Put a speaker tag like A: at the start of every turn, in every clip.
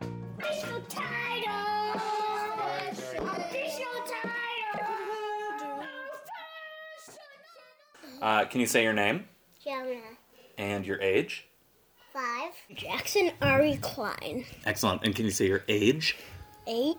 A: Official title! Official title!
B: Uh, can you say your name
A: Jonah.
B: and your age?
A: Five. Jackson Ari Klein.
B: Excellent. And can you say your age?
A: Eight.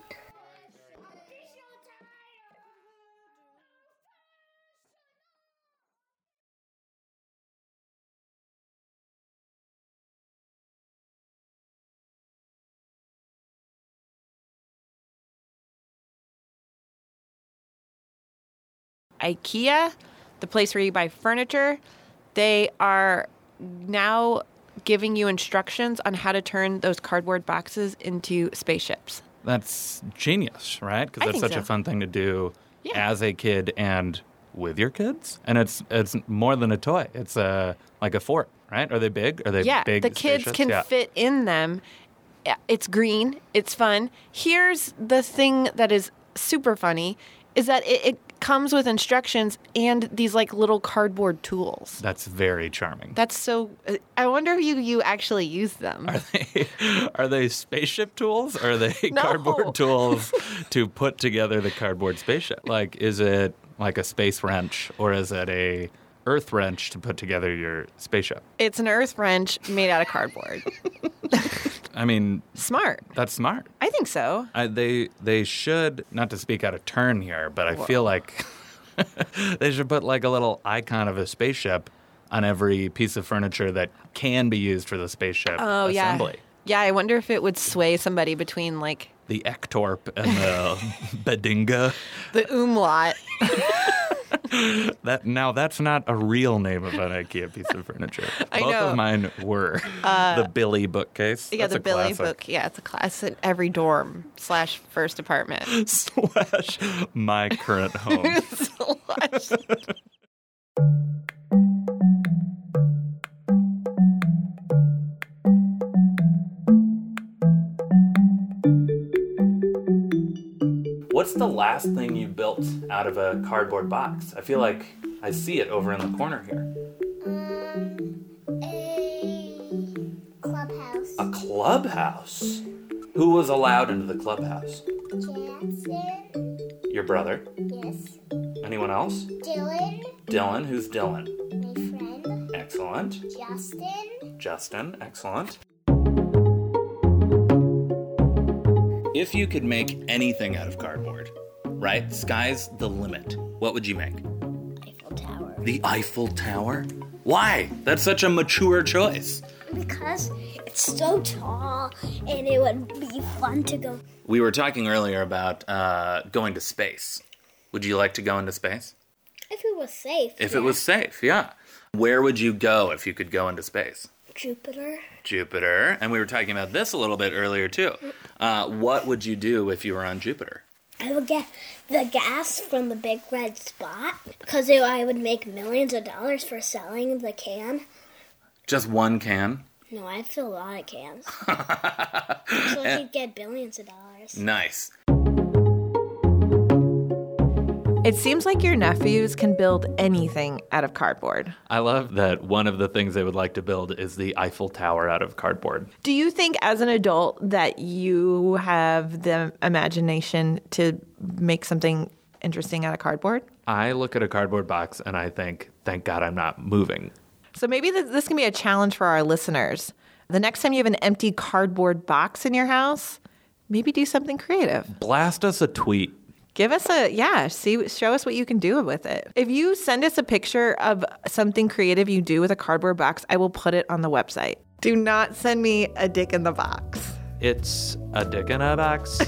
C: IKEA, the place where you buy furniture, they are now giving you instructions on how to turn those cardboard boxes into spaceships.
D: That's genius, right? Because
C: I
D: that's
C: think
D: such a
C: so.
D: fun thing to do
C: Yeah.
D: as a kid and with your kids. And it's it's more than a toy. It's a like a fort, right? Are they big? Are they
C: yeah,
D: big?
C: the kids
D: spaceships?
C: can
D: Yeah.
C: fit in them. Yeah, It's green, it's fun. Here's the thing that is super funny is that it, it comes with instructions and these like little cardboard tools.
D: That's very charming.
C: That's so I wonder if you you actually use them.
D: are they spaceship tools? Or are they
C: No.
D: cardboard tools to put together the cardboard spaceship? Like, is it like a space wrench or is it a earth wrench to put together your spaceship?
C: It's an earth wrench made out of cardboard.
D: I mean,
C: Smart.
D: that's smart.
C: I think so.
D: I, they they should not to speak out of turn here, but I feel like they should put like a little icon of a spaceship on every piece of furniture that can be used for the spaceship
C: Oh
D: assembly.
C: yeah. Yeah, I wonder if it would sway somebody between like
D: The Ektorp and the Bedinga.
C: the umlaut.
D: That now that's not a real name of an IKEA piece of furniture.
C: I
D: Both
C: know. Uh,
D: of mine were the Billy bookcase.
C: Yeah,
D: That's
C: the
D: a
C: Billy
D: classic.
C: book. Yeah, it's a class in every dorm slash first apartment.
D: slash my current home.
C: Slash-
B: What's the last thing you built out of a cardboard box? I feel like I see it over in the corner here.
A: A clubhouse.
B: A clubhouse. Who was allowed into the clubhouse?
A: Jackson.
B: Your brother.
A: Yes.
B: Anyone else?
A: Dylan.
B: Dylan. Who's Dylan?
A: My friend.
B: Excellent.
A: Justin.
B: Justin, excellent. If you could make anything out of cardboard, right? Sky's the limit. What would you make?
A: Eiffel Tower.
B: The Eiffel Tower? Why? That's such a mature choice.
A: Because it's so tall and it would be fun to go.
B: We were talking earlier about uh, going to space. Would you like to go into space?
A: If it was safe.
B: If it was safe, yeah. Where would you go if you could go into space?
A: Jupiter.
B: Jupiter. And we were talking about this a little bit earlier, too. Uh, what would you do if you were on Jupiter?
A: I would get the gas from the big red spot because it, I would make millions of dollars for selling the can.
B: Just one can?
A: No, I fill a lot of cans. so I could get billions of dollars.
B: Nice.
C: it seems like your nephews can build anything out of cardboard.
D: I love that one of the things they would like to build is the Eiffel Tower out of cardboard.
C: Do you think as an adult that you have the imagination to make something interesting out of cardboard?
D: I look at a cardboard box and I think, thank God I'm not moving.
C: So maybe th- this can be a challenge for our listeners. The next time you have an empty cardboard box in your house, maybe do something creative.
D: Blast us a tweet.
C: Give us a yeah, see show us what you can do with it. If you send us a picture of something creative you do with a cardboard box, I will put it on the website. Do not send me a dick in the box.
D: It's a dick in a box.